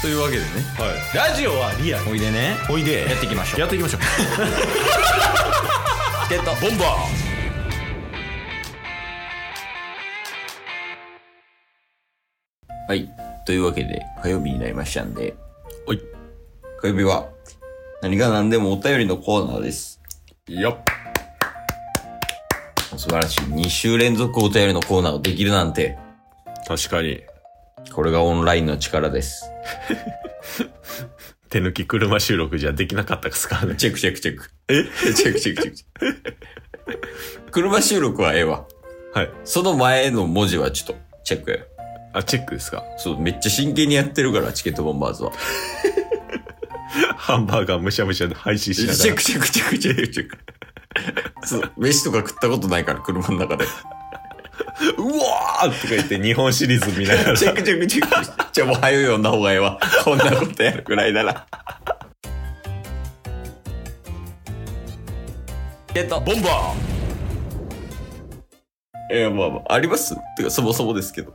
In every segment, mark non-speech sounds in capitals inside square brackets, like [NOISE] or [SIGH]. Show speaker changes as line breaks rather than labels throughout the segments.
というわけでね
はい、ラジオはリアル
おいでね
おいで
やっていきましょう
やっていきましょう
ゲット
ボンバ
はいというわけで火曜日になりましたんで
ーはい
火曜日は何が何でもお便りのコーナーです
やっ
素晴らしい2週連続お便りのコーナーをできるなんて
確かに
これがオンラインの力です
手抜き車収録じゃできなかったですからね
チェックチェックチェックえ [LAUGHS] チェックチェックチェックチェック車収録はええわ
はい
その前の文字はちょっとチェックや
あチェックですか
そうめっちゃ真剣にやってるからチケットボンバーズは
ハンバーガーむしゃむしゃで配信
チ
しながら
ェックチェックチェックチェックチェックそう飯とか食ったことないから車の中で
うわーとか言って日本シリーズ見ながら
チェックチェックチェック。じゃあもう早いよんだ方がええわ。こんなことやるくらいなら。えっと、
ボンバ
いや、まあまあ、ありますてか、そもそもですけど。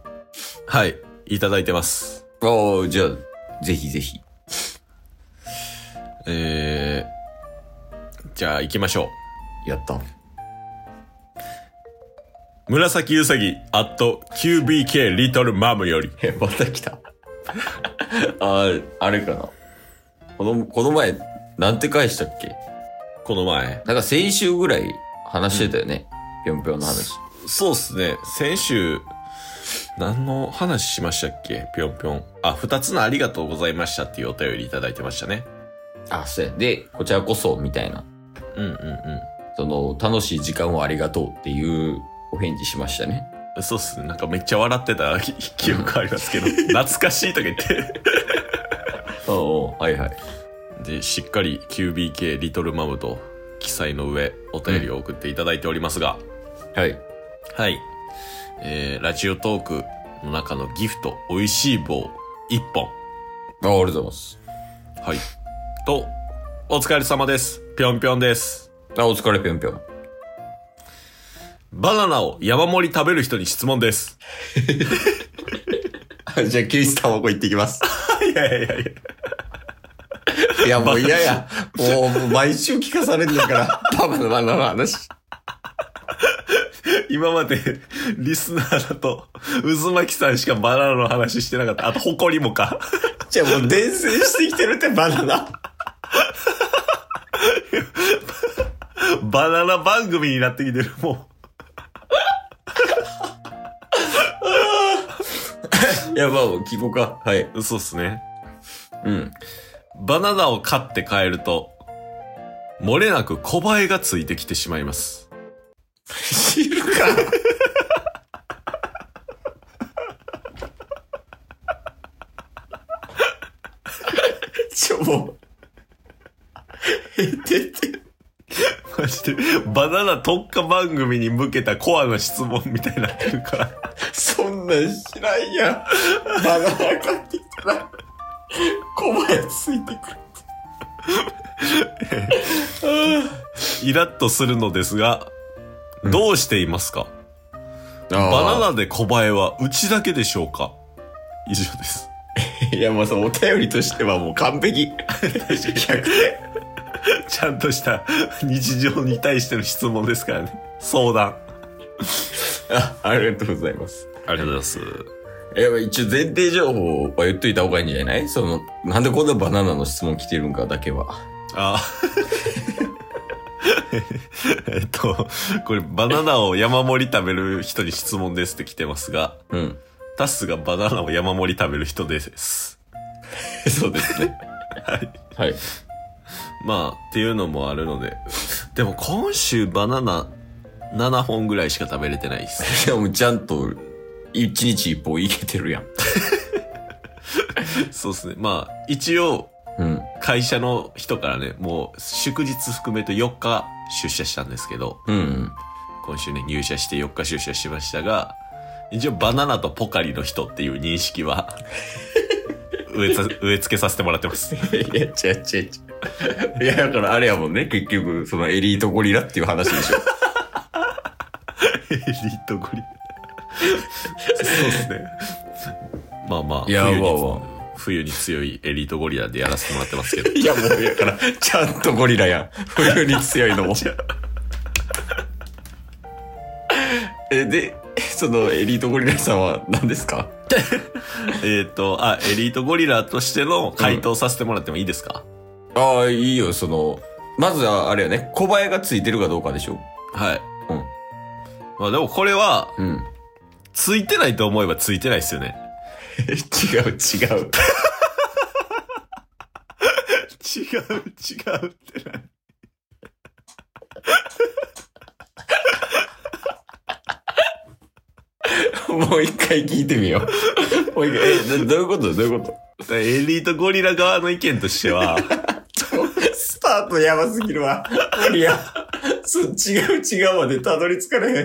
ーはいいただいてます
ああ、じゃあ、ぜひぜひ。
えー、じゃあ行きましょ
やった。
う紫うさぎ at QBK リトルマムより
え、また来た。ああ、あれかな。この、この前、なんて返したっけ
この前
なんか先週ぐらい話してたよね。ぴょんぴょんの話。
そうっすね先週何の話しましたっけぴょんぴょんあ二つのありがとうございましたっていうお便りいただいてましたね
あ、そうや。で、こちらこそ、みたいな。
うんうんうん
その、楽しい時間をありがとうっていうお返事しましたね。
そうっすね。なんかめっちゃ笑ってた [LAUGHS] 記記憶ありますけ [LAUGHS] ど、懐かしいとか言って。
ああ、はいはい。
で、しっかり QBK リトルマムと記載の上、お便りを送っていただいておりますが、
はい。
はい。えー、ラジオトークの中のギフト、美味しい棒1本。
あありがとうございます。
はい。と、お疲れ様です。ぴょんぴょんです。
あ、お疲れぴょんぴょん。
バナナを山盛り食べる人に質問です。
じゃあ、キリスタバコ行ってきます。
いやいやいや。
いや、もう嫌や。もう、もう毎週聞かされるんだから。バカのバナナの話。
今まで [LAUGHS] リスナーだと、渦巻さんしかバナナの話してなかった。あと、誇りもか。
じゃあ、もう伝染してきてるって、バナナ。
バナナ番組になってきてる、も
[LAUGHS] いや、まあ、規模か。はい。
う。そうっすね。
うん。
バナナを買って帰ると、漏れなく小映えがついてきてしまいます。
知るか。 [LAUGHS] ちょ、もう。え、出てる。
まして、バナナ特化番組に向けたコアな質問みたいになってるから。
そんなん知らんやん。バナナ買ってきたら、小林ついてくる。
イラッとするのですが、どうしていますか、バナナで小映えはうちだけでしょうか以上です。
ナいや、もうそのお便りとしてはもう完 [LAUGHS] 璧。100点。
ちゃんとした日常に対しての質問ですからね。相談。
あ、ありがとうございます。
ありがとうございます。
いや、一応前提情報は言っといた方がいいんじゃないその、なんでこんなバナナの質問来てるんかだけは。
あ [LAUGHS] えっと、これ、バナナを山盛り食べる人に質問ですって来てますが、
うん。
タスがバナナを山盛り食べる人です。
[LAUGHS] そうですね。
はい。
はい。
まあ、っていうのもあるので。でも今週バナナ7本ぐらいしか食べれてないで
[LAUGHS]
す。
でもちゃんと、一日一歩いけてるやん。
そうですね。まあ、一応、
うん。
会社の人からね、もう祝日含めて4日出社したんですけど、
うんうん。
今週ね、入社して4日出社しましたが、一応バナナとポカリの人っていう認識は [LAUGHS] 植えさ、植え付けさせてもらって [LAUGHS] ます。
いや、違う違う違う。いや、だからあれやもんね、結局、そのエリートゴリラっていう話でしょ。
エリートゴリラ。そうですね。まあまあ、
いや
冬に
わあわ
冬に強いエリートゴリラでやらせてもらってますけど
[LAUGHS]
[LAUGHS]
いや、もう、やから、ちゃんとゴリラやん。冬に強い [LAUGHS] のも。え、で、そのエリートゴリラさんは何ですか
えっとあエリートゴリラとしての回答させてもらってもいいですか、
ああ、いいよ、その、まずはあれよね、小林がついてるかどうかでしょ。
はい、
うん
まあ、でもこれは
[LAUGHS] うん。
ついてないと思えばついてないですよね
違う、違う。
違う違うってな
[LAUGHS] もう一回聞いてみよう。もう一回、え、どどういうことどういうこ
エリートゴリラ側の意見として
[LAUGHS]
は
とスタートやばすぎるわ。いや、そ違う違うまでたどり着かれへん。ど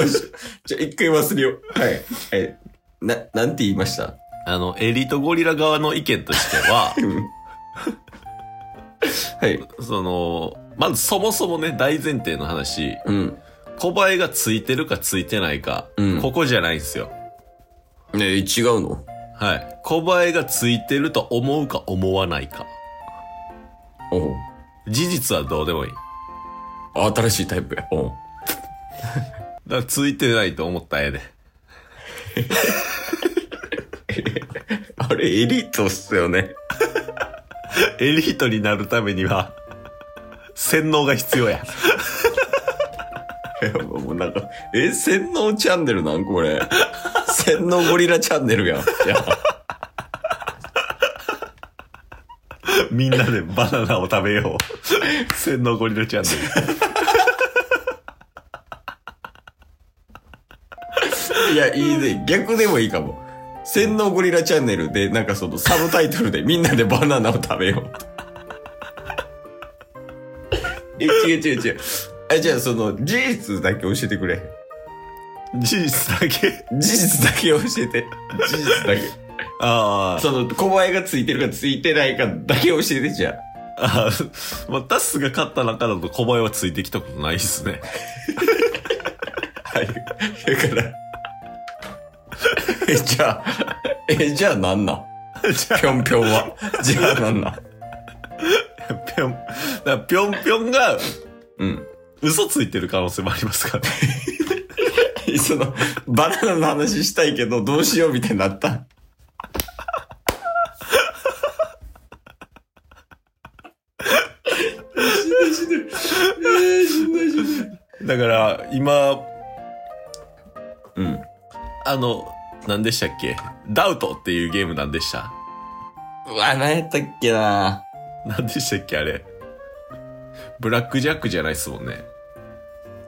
うしよう。じゃあ一回忘れよう。はい。はい。な、なんて言いました
あのエリートゴリラ側の意見としては [LAUGHS]
はい。
そのまずそもそもね大前提の話
うん。
小林がついてるかついてないか、
うん
ここじゃないんですよ
ねえ、違うの
はい小林がついてると思うか思わないか
おう
事実はどうでもいい
新しいタイプや。おう
だからついてないと思ったらええで
あれ、エリートっすよね。
[LAUGHS] エリートになるためには [LAUGHS] 洗脳が必要や
いやもうなんか、え、洗脳チャンネルなんこれ。洗脳ゴリラチャンネルやん。いや
みんなでバナナを食べよう。 [LAUGHS] 洗脳ゴリラチャンネ
いや、いいね。逆でもいいかも。洗脳ゴリラチャンネルで、なんかそのサブタイトルでみんなでバナナを食べよう。え、違う違う違う。え、じゃあその事実だけ教えてくれ。
ル。事実だけ。
事実だけ教えて。事実だけ。
あ
その、小林がついてるかついてないかだけ教えてじゃあ。
あ。ああ。まあ、タスが勝った中だと小林はついてきたことないっすね。 [LAUGHS]
はい。だから。え、じゃあ、え、じゃあなんなん
じゃ
ぴょんぴょんは。じゃあなんなん
あ、ぴょん、だからぴょんぴょんが
うん。
嘘ついてる可能性もありますからね。 [LAUGHS]
その、バナナの話したいけど、どうしようみたいになった。しんどいしんどい。えー、しんどいしんどい。
だから、今、
うん。
あの、何でしたっけダウトっていうゲームなんでした
うわ、何やったっけな
何でしたっけあれ。ブラックジャックじゃないっすもんね。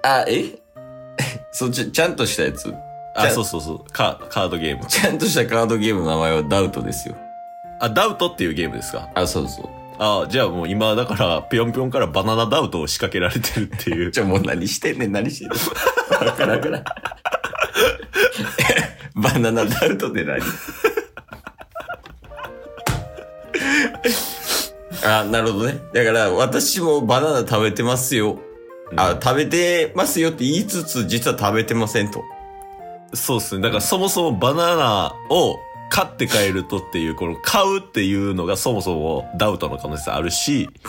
あ、え [LAUGHS] そう、ちゃ、ちゃんとしたやつ。じゃ
あ、
あ
そうそうそう。カカードゲーム。
ちゃんとしたカードゲームの名前はダウトですよ。
あ、ダウトっていうゲームですか
あ、そうそう。
ああ、じゃあもう今、だから、ぴょんぴょんからバナナダウトを仕掛けられてるっていう。
じゃあもう何してんねん、何してんねん。わからんわからん。 [LAUGHS] バナナダウトで何 [LAUGHS] あ、なるほどね。だから、私もバナナ食べてますよ。あ、食べてますよって言いつつ、実は食べてませんと。
そうですね。だからそもそもバナナを買って帰るとっていう、この買うっていうのがそもそもダウトの可能性あるし。 [LAUGHS]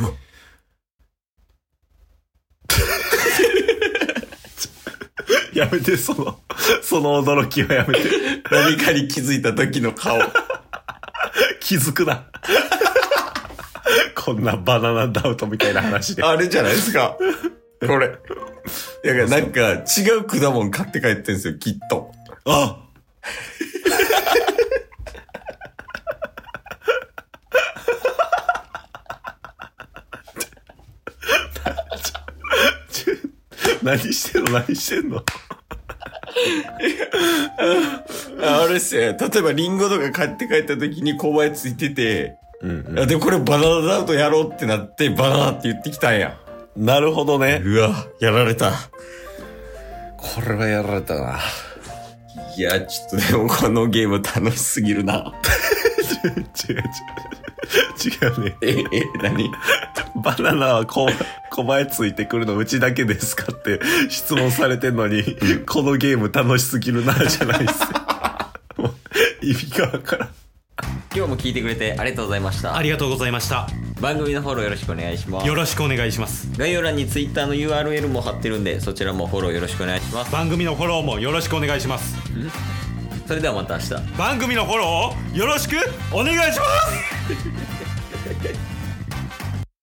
やめて、その、その驚きはやめて。
何かに気づいた時の顔。
気づくな。こんなバナナダウトみたいな話
[LAUGHS]
で。
あれじゃないですか。これ。 [LAUGHS] だからなんか、違う果物買って帰ってんですよ、きっと。
あ何してんの何してんの
ああれっすよ。例えばリンゴとか買って帰った時に購買ついてて、
うん、
あで、これバナナダウトやろうってなって、バナナって言ってきたんや。
なるほどね。
うわ、やられた。
これはやられたな。
いや、ちょっとでも [LAUGHS] このゲーム楽しすぎるな。
違う違う。違うね。
[LAUGHS] え、え、何
[LAUGHS] バナナはこ、こばえついてくるのうちだけですかって質問されてんのに、このゲーム楽しすぎるな、じゃないっすよ。もう意味がわからん。
今日も聞聞いてくれてありがとうございまし
あ
た。
りがとうございました
番組のフォローよろしくお願いします
よ。ろしくお願いします
概要欄に Twitter の URL も貼ってるんで、そちらもフォローよろしくお願いします。
番組のフォローもよろしくお願いします
それではまた明日。
番組のフォローをよろしくお願いします